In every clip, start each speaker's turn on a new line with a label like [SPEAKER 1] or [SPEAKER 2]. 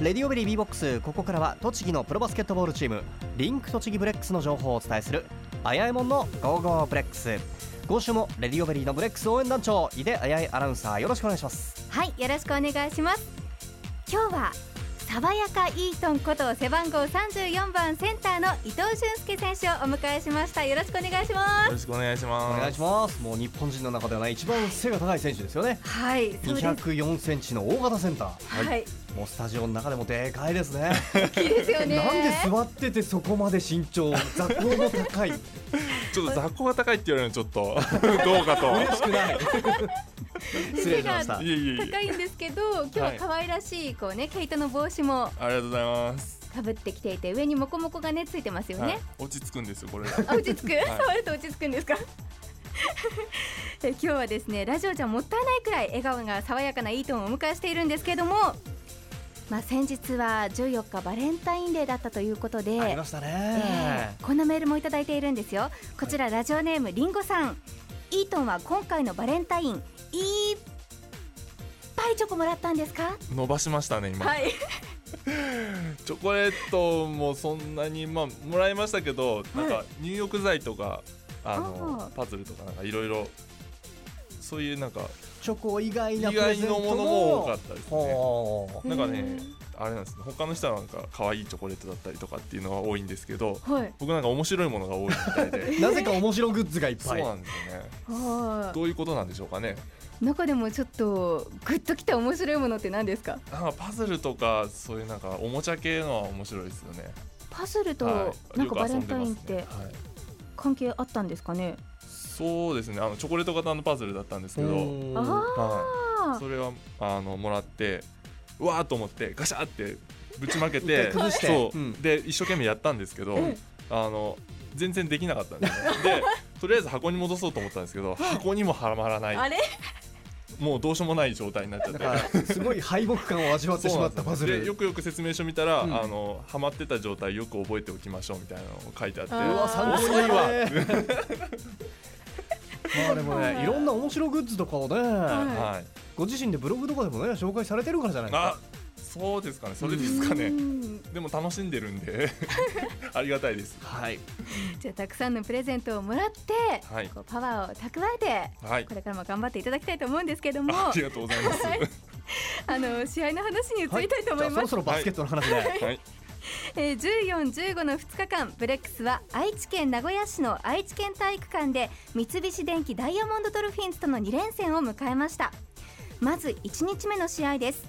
[SPEAKER 1] レディオベリー B ボックスここからは栃木のプロバスケットボールチームリンク栃木ブレックスの情報をお伝えするあやえもんのゴーゴーブレックス今週もレディオベリーのブレックス応援団長井出あやえアナウンサーよろしくお願いします
[SPEAKER 2] はいよろしくお願いします今日は爽やかイートンこと背番号34番センターの伊藤俊介選手をお迎えしましたよろしくお願いします
[SPEAKER 3] よろしくお願いし
[SPEAKER 1] お
[SPEAKER 3] ます。
[SPEAKER 1] 願いしますもう日本人の中ではない一番背が高い選手ですよね
[SPEAKER 2] はいそうです
[SPEAKER 1] 204センチの大型センター
[SPEAKER 2] はい
[SPEAKER 1] もうスタジオの中でもでかいですね
[SPEAKER 2] 大きいですよね
[SPEAKER 1] なんで座っててそこまで身 長座高も高い
[SPEAKER 3] ちょっと雑魚が高いって言われるのちょっと どうかと。
[SPEAKER 1] 嬉しく ない失礼しました
[SPEAKER 3] いえいえいえ。
[SPEAKER 2] 高いんですけど今日は可愛らしいこうね毛糸の帽子も
[SPEAKER 3] ありがとうございます。
[SPEAKER 2] かぶってきていて上にモコモコがねついてますよね、
[SPEAKER 3] はい落ち着くんですよこれが。
[SPEAKER 2] あ落ち着く、
[SPEAKER 3] はい
[SPEAKER 2] 触ると落ち着くんですか え今日はですねラジオじゃもったいないくらい笑顔が爽やかなイートンをお迎えしているんですけれどもまあ先日は14日バレンタインデーだったということで
[SPEAKER 1] ありましたね
[SPEAKER 2] えーこんなメールもいただいているんですよこちらラジオネームりんごさんイートンは今回のバレンタインいっぱいチョコもらったんですか
[SPEAKER 3] 伸ばしましたね今。
[SPEAKER 2] はい
[SPEAKER 3] チョコレートもそんなにまあもらいましたけど、なんか入浴剤とかあ
[SPEAKER 2] あ
[SPEAKER 3] の
[SPEAKER 2] ー
[SPEAKER 3] パズルとかなんかいろいろそういうなんか
[SPEAKER 1] チョコ以外
[SPEAKER 3] 意
[SPEAKER 1] なプレ
[SPEAKER 3] 外
[SPEAKER 1] ゼント
[SPEAKER 3] のものも多かったですね。
[SPEAKER 1] ほう
[SPEAKER 3] なんかねあれなんですね他の人はなんか可愛いチョコレートだったりとかっていうのが多いんですけど、
[SPEAKER 2] はい
[SPEAKER 3] 僕なんか面白いものが多いみ たいで。
[SPEAKER 1] なぜか面白グッズがいっ
[SPEAKER 3] そ
[SPEAKER 1] ぱ
[SPEAKER 3] う
[SPEAKER 1] い
[SPEAKER 3] なんですよね。
[SPEAKER 2] は
[SPEAKER 3] どういうことなんでしょうかね。
[SPEAKER 2] い中でもちょっとグッときた面白いものって何ですか
[SPEAKER 3] なんかパズルとかそういうなんかおもちゃ系のは面白いですよね。
[SPEAKER 2] パズル
[SPEAKER 3] は
[SPEAKER 2] と
[SPEAKER 3] い
[SPEAKER 2] なんかバ
[SPEAKER 3] よく
[SPEAKER 2] レ
[SPEAKER 3] 遊
[SPEAKER 2] ン
[SPEAKER 3] んで
[SPEAKER 2] タ
[SPEAKER 3] ま
[SPEAKER 2] イ
[SPEAKER 3] す
[SPEAKER 2] ンっ
[SPEAKER 3] ね
[SPEAKER 2] て
[SPEAKER 3] はい
[SPEAKER 2] 関係あったんですかね。
[SPEAKER 3] そうですね。あのチョコレート型のパズルだったんですけど、
[SPEAKER 1] うん
[SPEAKER 2] あ
[SPEAKER 3] はい、
[SPEAKER 2] あ
[SPEAKER 3] それはあのもらって、うわーと思ってガシャーってぶちまけて、
[SPEAKER 1] 崩して
[SPEAKER 3] そ
[SPEAKER 1] う
[SPEAKER 3] う、
[SPEAKER 1] ん
[SPEAKER 3] で一生懸命やったんですけど、
[SPEAKER 2] うん
[SPEAKER 3] あの全然できなかったんですね。 で。とりあえず箱に戻そうと思ったんですけど箱にもはまらな
[SPEAKER 2] あ
[SPEAKER 3] い
[SPEAKER 2] れ
[SPEAKER 3] もうどうしようもない状態になっちゃっ
[SPEAKER 1] だ
[SPEAKER 3] て
[SPEAKER 1] からすごい敗北感を味わってしまったパズ
[SPEAKER 3] で
[SPEAKER 1] ル
[SPEAKER 3] よくよく説明書見たら、
[SPEAKER 1] うん
[SPEAKER 3] あのハマってた状態よく覚えておきましょうみたいなのを書いてあって
[SPEAKER 2] あ
[SPEAKER 1] う
[SPEAKER 2] ー
[SPEAKER 1] わ参考になるね まあでも
[SPEAKER 2] は
[SPEAKER 1] ね
[SPEAKER 2] い
[SPEAKER 1] いろんな面白グッズとかをね、
[SPEAKER 2] は
[SPEAKER 3] はい
[SPEAKER 1] ご自身でブログとかでもね紹介されてるからじゃないです
[SPEAKER 3] あ
[SPEAKER 1] か
[SPEAKER 3] そうですかねそれですか
[SPEAKER 2] う
[SPEAKER 3] ね
[SPEAKER 2] ん
[SPEAKER 3] でも楽しんでるん でありがたいです
[SPEAKER 1] はい
[SPEAKER 2] じゃあたくさんのプレゼントをもらって、
[SPEAKER 3] はい
[SPEAKER 2] こうパワーを蓄えて、
[SPEAKER 3] はい
[SPEAKER 2] これからも頑張っていただきたいと思うんですけども、
[SPEAKER 3] あ
[SPEAKER 2] は
[SPEAKER 3] りがとうございます
[SPEAKER 2] い、あの試合の話に移りたいと
[SPEAKER 1] じゃあそ
[SPEAKER 2] 思いま
[SPEAKER 1] ろ
[SPEAKER 2] す。
[SPEAKER 1] そろバスケットの話で、
[SPEAKER 3] はい
[SPEAKER 2] えー、14、15の2日間、ブレックスは愛知県名古屋市の愛知県体育館で三菱電機ダイヤモンドドルフィンズとの2連戦を迎えました。まず1日目の試合です。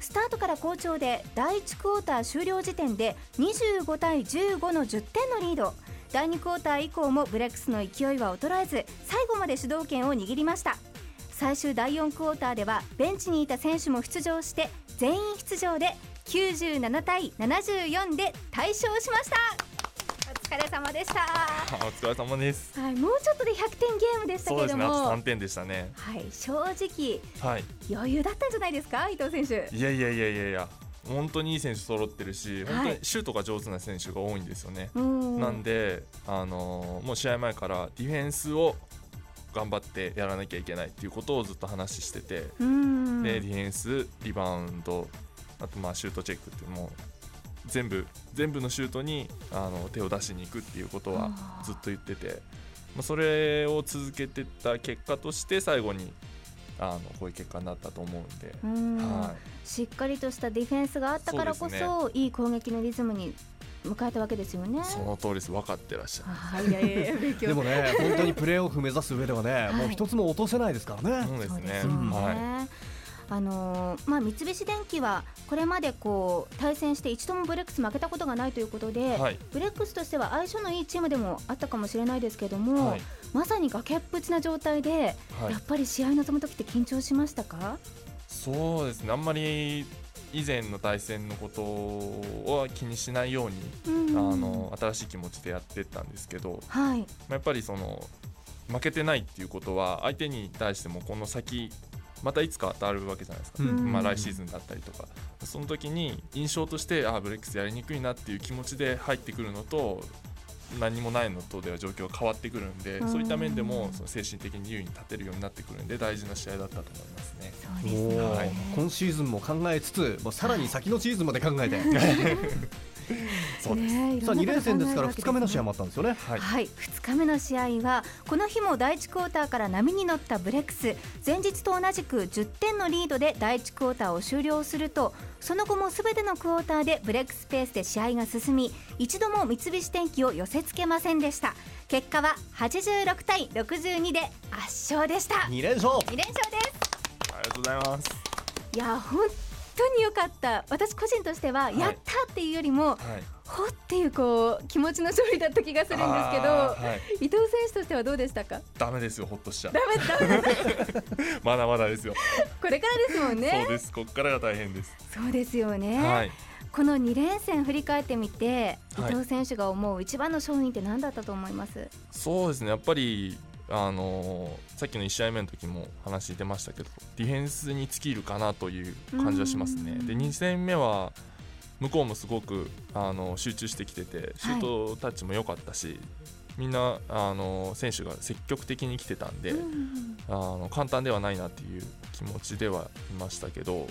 [SPEAKER 2] スタートから好調で第1クォーター終了時点で25対15の10点のリード第2クォーター以降もブレックスの勢いは衰えず最後まで主導権を握りました最終第4クォーターではベンチにいた選手も出場して全員出場で97対74で大勝しましたお疲れ様でした、は
[SPEAKER 3] あお疲れ様です
[SPEAKER 2] い、もうちょっとで100点ゲームでした
[SPEAKER 3] そう
[SPEAKER 2] け
[SPEAKER 3] で
[SPEAKER 2] れど
[SPEAKER 3] すねあと
[SPEAKER 2] も、
[SPEAKER 3] 3点でしたね
[SPEAKER 2] はい、正直
[SPEAKER 3] はい
[SPEAKER 2] 余裕だったんじゃないですか伊藤選手
[SPEAKER 3] いやいやいやいやいや本当にいい選手揃ってるし
[SPEAKER 2] はい
[SPEAKER 3] 本当にシュートが上手な選手が多いんですよね、
[SPEAKER 2] うん
[SPEAKER 3] なんであのーもう試合前からディフェンスを頑張ってやらなきゃいけないっていうことをずっと話してて
[SPEAKER 2] うん
[SPEAKER 3] でディフェンス、リバウンド、あとまあシュートチェックっていうのも全部全部のシュートにあの手を出しに行くっていうことは
[SPEAKER 2] あー
[SPEAKER 3] ずっと言ってて、まあ、それを続けてた結果として最後にあのこういう結果になったと思うんで、
[SPEAKER 2] うん
[SPEAKER 3] は
[SPEAKER 2] しっかりとしたディフェンスがあったからこそ
[SPEAKER 3] そうで
[SPEAKER 2] いい攻撃のリズムに向かえたわけですよね
[SPEAKER 3] い、。その通りです分かってらっしゃ
[SPEAKER 2] は
[SPEAKER 3] る。
[SPEAKER 2] いいやいやいや 勉強
[SPEAKER 1] でもね本当にプレーオフ目指す上ではね、
[SPEAKER 2] い
[SPEAKER 1] もう一つも落とせないですからね、
[SPEAKER 3] そうです
[SPEAKER 2] そうで
[SPEAKER 3] ね
[SPEAKER 2] すよね。
[SPEAKER 3] は
[SPEAKER 2] あのーまあ、三菱電機はこれまでこう対戦して一度もブレックス負けたことがないということで、
[SPEAKER 3] い、はい
[SPEAKER 2] ブレックスとしては相性のいいチームでもあったかもしれないですけども、
[SPEAKER 3] はい
[SPEAKER 2] まさに崖っぷちな状態で、
[SPEAKER 3] はい
[SPEAKER 2] やっぱり試合臨む時って緊張しましたか、
[SPEAKER 3] そうですねあんまり以前の対戦のことは気にしないように、
[SPEAKER 2] うん
[SPEAKER 3] あの新しい気持ちでやってったんですけど、
[SPEAKER 2] はい、
[SPEAKER 3] まあやっぱりその負けてないっていうことは相手に対してもこの先またいつか当たるわけじゃないです
[SPEAKER 2] う
[SPEAKER 3] か、
[SPEAKER 2] ん
[SPEAKER 3] まあ、来シーズンだったりとかその時に印象としてあーブレックスやりにくいなっていう気持ちで入ってくるのと何もないのとでは状況が変わってくるんで、
[SPEAKER 2] うん
[SPEAKER 3] そういった面でもその精神的に優位に立てるようになってくるんで大事な試合だったと思いますね。
[SPEAKER 2] そう
[SPEAKER 1] お
[SPEAKER 2] ですね
[SPEAKER 1] ー
[SPEAKER 3] はい
[SPEAKER 1] 今シーズンも考えつつもうさらに先のシーズンまで考えて
[SPEAKER 3] そうです
[SPEAKER 2] ねえい
[SPEAKER 1] さ
[SPEAKER 2] ろ
[SPEAKER 1] あ
[SPEAKER 2] んな
[SPEAKER 1] 2
[SPEAKER 2] こと
[SPEAKER 1] 連戦ですから
[SPEAKER 2] 考えるわけ
[SPEAKER 1] 2日目の試合
[SPEAKER 2] ね
[SPEAKER 1] もあったんですよね
[SPEAKER 3] はい
[SPEAKER 2] はい、2日目の試合はこの日も第1クォーターから波に乗ったブレックス前日と同じく10点のリードで第1クォーターを終了するとその後もすべてのクォーターでブレックスペースで試合が進み一度も三菱電機を寄せつけませんでした結果は86対62で圧勝でした2
[SPEAKER 1] 2連勝
[SPEAKER 2] 連勝です
[SPEAKER 3] ありがとうございます。
[SPEAKER 2] いや本当に良かった私個人としては、
[SPEAKER 3] い
[SPEAKER 2] やったっていうよりも
[SPEAKER 3] はい。
[SPEAKER 2] ほっていうこう気持ちの勝利だった気がするんですけど
[SPEAKER 3] あーはい。
[SPEAKER 2] 伊藤選手としてはどうでしたか
[SPEAKER 3] ダメですよほっとしちゃう
[SPEAKER 2] ダ。メダメ
[SPEAKER 3] まだまだですよ。
[SPEAKER 2] これからですもん
[SPEAKER 3] そう
[SPEAKER 2] ね
[SPEAKER 3] です。こっからが大変です。
[SPEAKER 2] そうですよね、
[SPEAKER 3] はい。
[SPEAKER 2] この2連戦振り返ってみて伊
[SPEAKER 3] はい
[SPEAKER 2] 藤選手が思う一番の勝因って何だったと思います、
[SPEAKER 3] そうですね、やっぱり、あのーさっきの1試合目の時も話出ましたけど、ディフェンスに尽きるかなという感じはしますね。
[SPEAKER 2] うん
[SPEAKER 3] で2戦目は向こうもすごくあの集中してきててシュートタッチも良かったし、みんなあの選手が積極的に来てたんで、
[SPEAKER 2] うん
[SPEAKER 3] あの簡単ではないなっていう気持ちではいましたけど、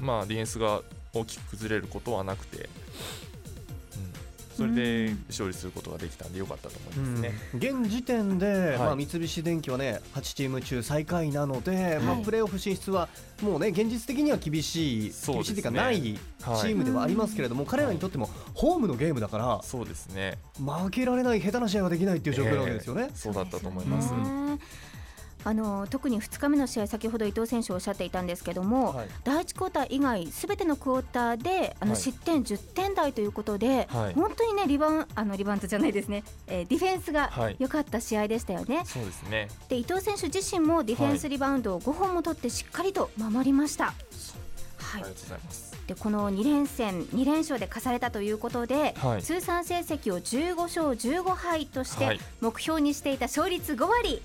[SPEAKER 3] まあ、ディフェンスが大きく崩れることはなくて、うん、それ
[SPEAKER 2] う
[SPEAKER 3] で
[SPEAKER 2] ん
[SPEAKER 3] 勝利することができたんで良かったと思いますね。
[SPEAKER 1] 現時点で、
[SPEAKER 3] い
[SPEAKER 1] まあ、三菱電機はね8チーム中最下位なので、まあ、
[SPEAKER 2] はい
[SPEAKER 1] プレーオフ進出はもうね現実的には厳しい、
[SPEAKER 3] そ
[SPEAKER 1] 厳
[SPEAKER 3] うで
[SPEAKER 1] しい
[SPEAKER 3] す
[SPEAKER 1] という
[SPEAKER 3] ね
[SPEAKER 1] かないチ
[SPEAKER 3] はい
[SPEAKER 1] ームではありますけれども、彼らにとってもホームのゲームだから
[SPEAKER 3] そうですね。
[SPEAKER 1] 負けられない下手な試合はできないっていう状況なわけですよね
[SPEAKER 3] え。ーそうだったと思います。
[SPEAKER 2] そうですよねあの特に2日目の試合先ほど伊藤選手おっしゃっていたんですけども、
[SPEAKER 3] はい。
[SPEAKER 2] 第1クォーター以外すべてのクォーターであの
[SPEAKER 3] はい
[SPEAKER 2] 失点10点台ということで、
[SPEAKER 3] はい
[SPEAKER 2] 本当にねリバウンあのリバウンドじゃないですね、えーディフェンスが
[SPEAKER 3] はい
[SPEAKER 2] 良かった試合でしたよね、
[SPEAKER 3] そうですね。
[SPEAKER 2] で伊藤選手自身もディフェンスリバウンドを5本も取ってしっかりと守りました。
[SPEAKER 3] あ
[SPEAKER 2] は
[SPEAKER 3] り
[SPEAKER 2] い
[SPEAKER 3] がとうございます。
[SPEAKER 2] でこの2連戦2連勝で課されたということで、
[SPEAKER 3] はい
[SPEAKER 2] 通算成績を15勝15敗として、
[SPEAKER 3] はい
[SPEAKER 2] 目標にしていた勝率5割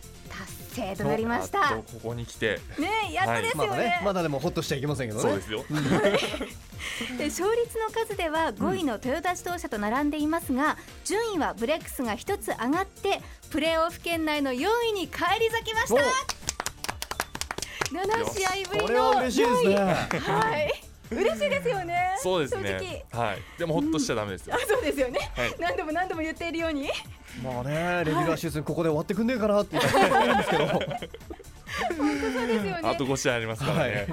[SPEAKER 2] 達成となりまし
[SPEAKER 3] や
[SPEAKER 2] た
[SPEAKER 3] っと。ここに来て、
[SPEAKER 2] ねえやっとですよ
[SPEAKER 1] まだ
[SPEAKER 2] ね
[SPEAKER 1] ね、まだでもほっとしちゃいけませんけど
[SPEAKER 3] そう
[SPEAKER 1] ね
[SPEAKER 3] で。すよ。
[SPEAKER 2] で勝率の数では5位の豊田自動車と並んでいますが、順位はブレックスが1つ上がってプレーオフ圏内の4位に返り咲きました7試合ぶ
[SPEAKER 1] おこ
[SPEAKER 2] りの4位
[SPEAKER 1] れは嬉しいですね。
[SPEAKER 2] はい嬉しいですよね
[SPEAKER 3] そうです
[SPEAKER 2] 正
[SPEAKER 3] ね
[SPEAKER 2] 直。
[SPEAKER 3] はい。でもほっとしちゃダメですよ
[SPEAKER 2] あ。そうですよね、
[SPEAKER 3] はい
[SPEAKER 2] 何度も何度も言っているように
[SPEAKER 1] まあね、レギュラーシーズンここで終わってくんねえかなっていう感じなんですけど。
[SPEAKER 2] そうですよね
[SPEAKER 3] あと5試合ありますからね。
[SPEAKER 2] はい、さ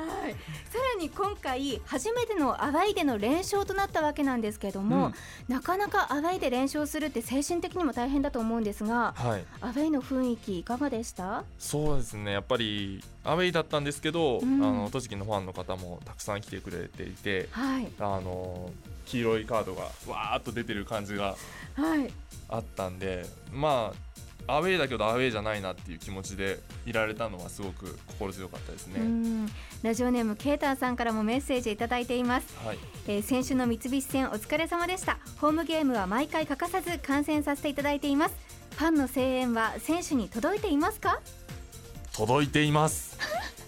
[SPEAKER 2] らに今回初めてのアワイでの連勝となったわけなんですけども、なかなかアワイで連勝するって精神的にも大変だと思うんですが
[SPEAKER 3] はい。
[SPEAKER 2] アウェイの雰囲気いかがでした
[SPEAKER 3] そうですね。やっぱりアウェイだったんですけど、
[SPEAKER 2] うん
[SPEAKER 3] あの栃木のファンの方もたくさん来てくれていて、
[SPEAKER 2] はい
[SPEAKER 3] あの黄色いカードがわーっと出てる感じが
[SPEAKER 2] はい
[SPEAKER 3] あったんでまあアウェイだけどアウェイじゃないなっていう気持ちでいられたのはすごく心強かったです
[SPEAKER 2] う
[SPEAKER 3] ね。
[SPEAKER 2] んラジオネームケーターさんからもメッセージいただいています、
[SPEAKER 3] はい、
[SPEAKER 2] えー先週の三菱戦お疲れ様でしたホームゲームは毎回欠かさず観戦させていただいていますファンの声援は選手に届いていますか
[SPEAKER 3] 届いています。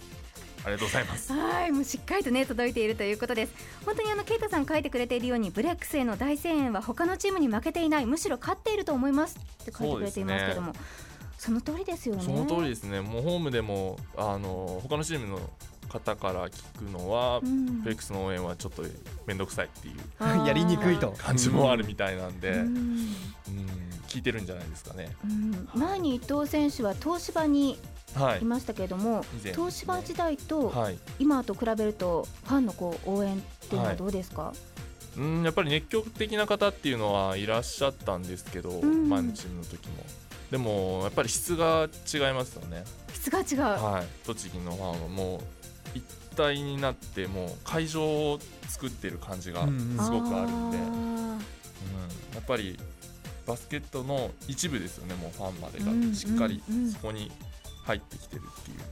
[SPEAKER 3] ありがとうございます。
[SPEAKER 2] はいもうしっかりとね届いているということです本当にあのケイタさん書いてくれているようにブレックスへの大声援は他のチームに負けていないむしろ勝っていると思いますって書いてくれていますけどもそ,、の通りですよね
[SPEAKER 3] その通りですね。もうホームでもあの他のチームの方から聞くのは、
[SPEAKER 2] うん
[SPEAKER 3] フェリックスの応援はちょっと面倒くさいっていう
[SPEAKER 2] あ ー
[SPEAKER 1] やりにくいと。
[SPEAKER 3] 感じもあるみたいなんで、
[SPEAKER 2] う
[SPEAKER 3] うん
[SPEAKER 2] ん
[SPEAKER 3] 聞いてるんじゃないですかね。
[SPEAKER 2] うん前に伊藤選手は東芝に
[SPEAKER 3] はい
[SPEAKER 2] い。ましたけれども、
[SPEAKER 3] 以前
[SPEAKER 2] 東芝時代と
[SPEAKER 3] はい。
[SPEAKER 2] 今と比べるとファンのこう応援っていうのはどうですか、
[SPEAKER 3] うんやっぱり熱狂的な方っていうのはいらっしゃったんですけど、
[SPEAKER 2] ん
[SPEAKER 3] 前のチームの時もでもやっぱり質が違いますよね、
[SPEAKER 2] 質が違う、
[SPEAKER 3] はい、栃木のファンはもう一体になってもう会場を作ってる感じが
[SPEAKER 1] うん
[SPEAKER 3] すごくあるんで、うん
[SPEAKER 2] あ
[SPEAKER 3] やっぱりバスケットの一部ですよねもうファンまで
[SPEAKER 2] うんうんう
[SPEAKER 3] が
[SPEAKER 2] ん
[SPEAKER 3] しっかりそこに入ってきてるっていう、
[SPEAKER 2] ー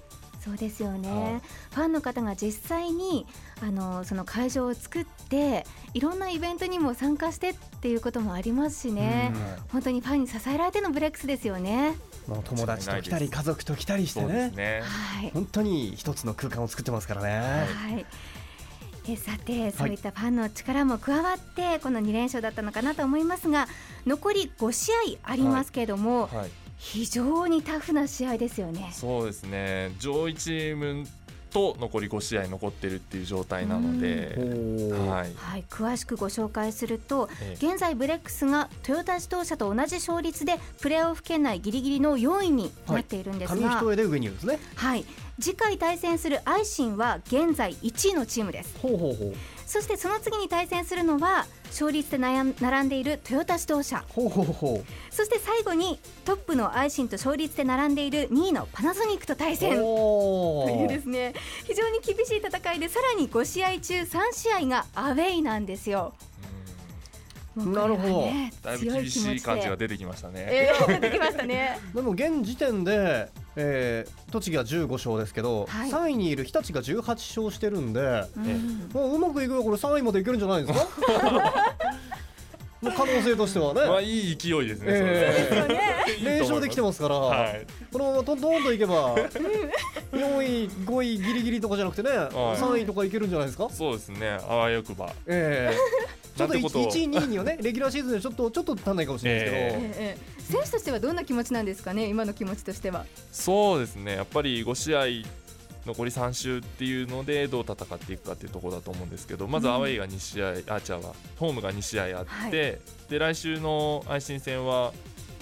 [SPEAKER 2] そうですよね、
[SPEAKER 3] は
[SPEAKER 2] ファンの方が実際にあのその会場を作っていろんなイベントにも参加してっていうこともありますしね、
[SPEAKER 1] うん
[SPEAKER 3] はい
[SPEAKER 2] 本当にファンに支えられてのブレックスですよね。
[SPEAKER 1] もう友達と来たり家族と来たりして
[SPEAKER 3] そうです
[SPEAKER 1] ね。
[SPEAKER 3] ね
[SPEAKER 2] はい
[SPEAKER 1] 本当に一つの空間を作ってますからね。
[SPEAKER 2] はい、 えさてそういったファンの力も加わってこの2連勝だったのかなと思いますが残り5試合ありますけれども、
[SPEAKER 3] はい、
[SPEAKER 2] 非常にタフな試合ですよね。
[SPEAKER 3] そうですね上位チームと残り5試合残ってるっていう状態なので、
[SPEAKER 1] は
[SPEAKER 3] はい
[SPEAKER 2] はい、詳しくご紹介すると
[SPEAKER 3] ええ
[SPEAKER 2] 現在ブレックスがトヨタ自動車と同じ勝率でプレーオフ圏内ギリギリの4位になっているん
[SPEAKER 1] い、
[SPEAKER 2] です
[SPEAKER 1] 紙
[SPEAKER 2] が、はい
[SPEAKER 1] 一重で上にいるんですね
[SPEAKER 2] 次回対戦するアイシンは現在1位のチームです
[SPEAKER 1] ほうほうほう
[SPEAKER 2] そしてその次に対戦するのは勝率で悩ん並んでいるトヨタ自動車
[SPEAKER 1] ほうほうほ
[SPEAKER 2] そして最後にトップのアイシンと勝率で並んでいる2位のパナソニックと対
[SPEAKER 1] う
[SPEAKER 2] 戦
[SPEAKER 1] ほ
[SPEAKER 2] といううですね非常に厳しい戦いでさらに5試合中3試合がアウェイなんですよ。もうこれは
[SPEAKER 1] なるほど
[SPEAKER 2] ね
[SPEAKER 3] だいぶ厳しい感じが
[SPEAKER 2] 強い気持ちで
[SPEAKER 3] 出てきましたね。
[SPEAKER 2] えー、出てきましたね。
[SPEAKER 1] でも現時点で、えー、栃木が15勝ですけど、
[SPEAKER 2] はい
[SPEAKER 1] 3位にいる日立が18勝してるんで
[SPEAKER 2] うん
[SPEAKER 1] もううまくいくよこれ3位までいけるんじゃない ですか もう可能性としてはね、
[SPEAKER 3] まあいい勢いですね。それ
[SPEAKER 1] えー
[SPEAKER 3] いい と思います
[SPEAKER 1] 連勝できてますから、
[SPEAKER 3] はい、
[SPEAKER 1] このままトントンといけば4位5位ギリギリとかじゃなくてね、
[SPEAKER 3] い
[SPEAKER 1] 3位とかいけるんじゃないですか
[SPEAKER 3] そうですね。あわよくば。
[SPEAKER 1] ええちょっと
[SPEAKER 3] なんてことを
[SPEAKER 1] 1位2位にはねレギュラーシーズンでちょっとちょっと足んないかもしれないですけど、
[SPEAKER 2] ええ選手としてはどんな気持ちなんですかね、今の気持ちとしては。
[SPEAKER 3] そうですね。やっぱり5試合。残り3周っていうのでどう戦っていくかっていうところだと思うんですけどまず
[SPEAKER 2] うん
[SPEAKER 3] アウェイが2試合、あ違うわホームが2試合あって、
[SPEAKER 2] はい
[SPEAKER 3] で来週の愛心戦は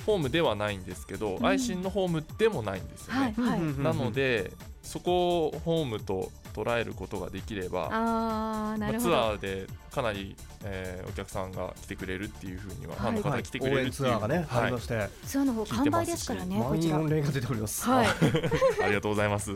[SPEAKER 3] ホームではないんですけど、
[SPEAKER 2] うん
[SPEAKER 3] 愛心のホームでもないんですよね、
[SPEAKER 2] はい、はい。
[SPEAKER 3] なのでそこをホームと捉えることができれば
[SPEAKER 2] ああ、
[SPEAKER 3] ま
[SPEAKER 2] な
[SPEAKER 3] あ
[SPEAKER 2] るほ
[SPEAKER 3] ツ
[SPEAKER 2] ど。
[SPEAKER 3] アーでかなり、えーお客さんが来てくれるっていうふうには、
[SPEAKER 2] はい
[SPEAKER 3] ファンの方
[SPEAKER 1] は
[SPEAKER 3] が
[SPEAKER 1] い
[SPEAKER 3] 来てく
[SPEAKER 1] 応
[SPEAKER 3] れる
[SPEAKER 1] 援
[SPEAKER 3] っていう、
[SPEAKER 1] ツアーがね、
[SPEAKER 3] は
[SPEAKER 1] あ
[SPEAKER 3] い
[SPEAKER 1] りまして
[SPEAKER 2] ツアーの方完売ですからね、こ
[SPEAKER 1] 満
[SPEAKER 2] ち
[SPEAKER 1] 員
[SPEAKER 2] ら
[SPEAKER 1] 御。礼が出ております、
[SPEAKER 2] はい、
[SPEAKER 3] ありがとうございます。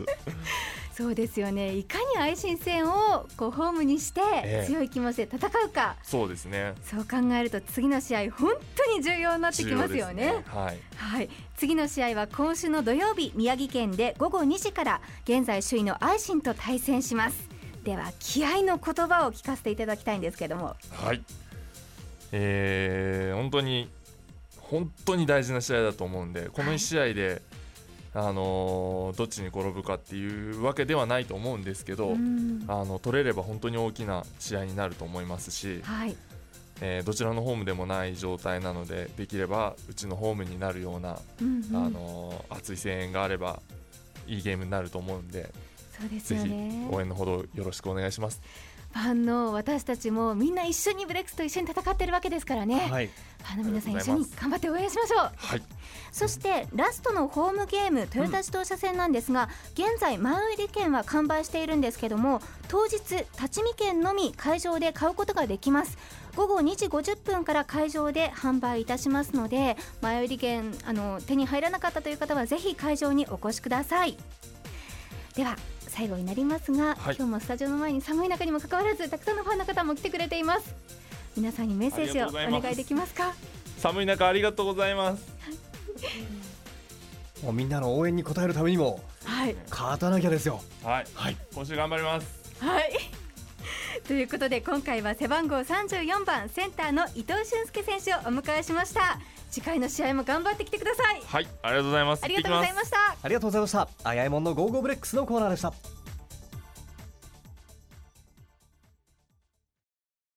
[SPEAKER 2] そうですよね。いかに愛心戦をこうホームにして
[SPEAKER 3] ええ
[SPEAKER 2] 強い気持ちで戦うか。
[SPEAKER 3] そうですね。
[SPEAKER 2] そう考えると次の試合本当に重要になってきますよ
[SPEAKER 3] 重要
[SPEAKER 2] ね
[SPEAKER 3] です。はい。
[SPEAKER 2] はい、次の試合は今週の土曜日宮城県で午後2時から現在首位のアイシンと対戦しますでは気合の言葉を聞かせていただきたいんですけども
[SPEAKER 3] はい。えー、本当に本当に大事な試合だと思うんで、この
[SPEAKER 2] は
[SPEAKER 3] 1
[SPEAKER 2] い
[SPEAKER 3] 試合で、あのーどっちに転ぶかっていうわけではないと思うんですけど、
[SPEAKER 2] うん
[SPEAKER 3] あの取れれば本当に大きな試合になると思いますし、
[SPEAKER 2] はい
[SPEAKER 3] えーどちらのホームでもない状態なので、できればうちのホームになるような
[SPEAKER 2] うんうん
[SPEAKER 3] あのー熱い声援があればいいゲームになると思うんで、
[SPEAKER 2] そうです
[SPEAKER 3] ぜ
[SPEAKER 2] よ
[SPEAKER 3] ひ
[SPEAKER 2] ね
[SPEAKER 3] 応援のほどよろしくお願いします。
[SPEAKER 2] ファンの私たちもみんな一緒にブレックスと一緒に戦ってるわけですからね、
[SPEAKER 1] はい、
[SPEAKER 2] ファンの皆さん
[SPEAKER 3] ありが
[SPEAKER 2] 一緒
[SPEAKER 3] とうござい
[SPEAKER 2] に
[SPEAKER 3] ます
[SPEAKER 2] 頑張って応援しましょう
[SPEAKER 3] はい、
[SPEAKER 2] そしてラストのホームゲームトヨタ自動車戦なんですが、現在前売り券は完売しているんですけども当日立見券のみ会場で買うことができます午後2時50分から会場で販売いたしますので前売り券あの手に入らなかったという方はぜひ会場にお越しくださいでは最後になりますが、
[SPEAKER 3] はい
[SPEAKER 2] 今日もスタジオの前に寒い中にもかかわらずたくさんのファンの方も来てくれています皆さんにメッセージを
[SPEAKER 3] ありがとうございま
[SPEAKER 2] お
[SPEAKER 3] す
[SPEAKER 2] 願いできますか
[SPEAKER 3] 寒い中ありがとうございます。
[SPEAKER 1] もうみんなの応援に応えるためにも
[SPEAKER 2] はい
[SPEAKER 1] 勝たなきゃですよ
[SPEAKER 3] はい、
[SPEAKER 1] はい
[SPEAKER 3] 今週頑張ります。
[SPEAKER 2] はい。 ということで今回は背番号34番センターの伊藤俊介選手をお迎えしました次回の試合も頑張ってきてください
[SPEAKER 3] はい、ありがとうございます。
[SPEAKER 2] ありがとうござい
[SPEAKER 3] 行ってきま
[SPEAKER 2] ました
[SPEAKER 1] ありがとうございましたあやいもんのゴーゴーブレックスのコーナーでした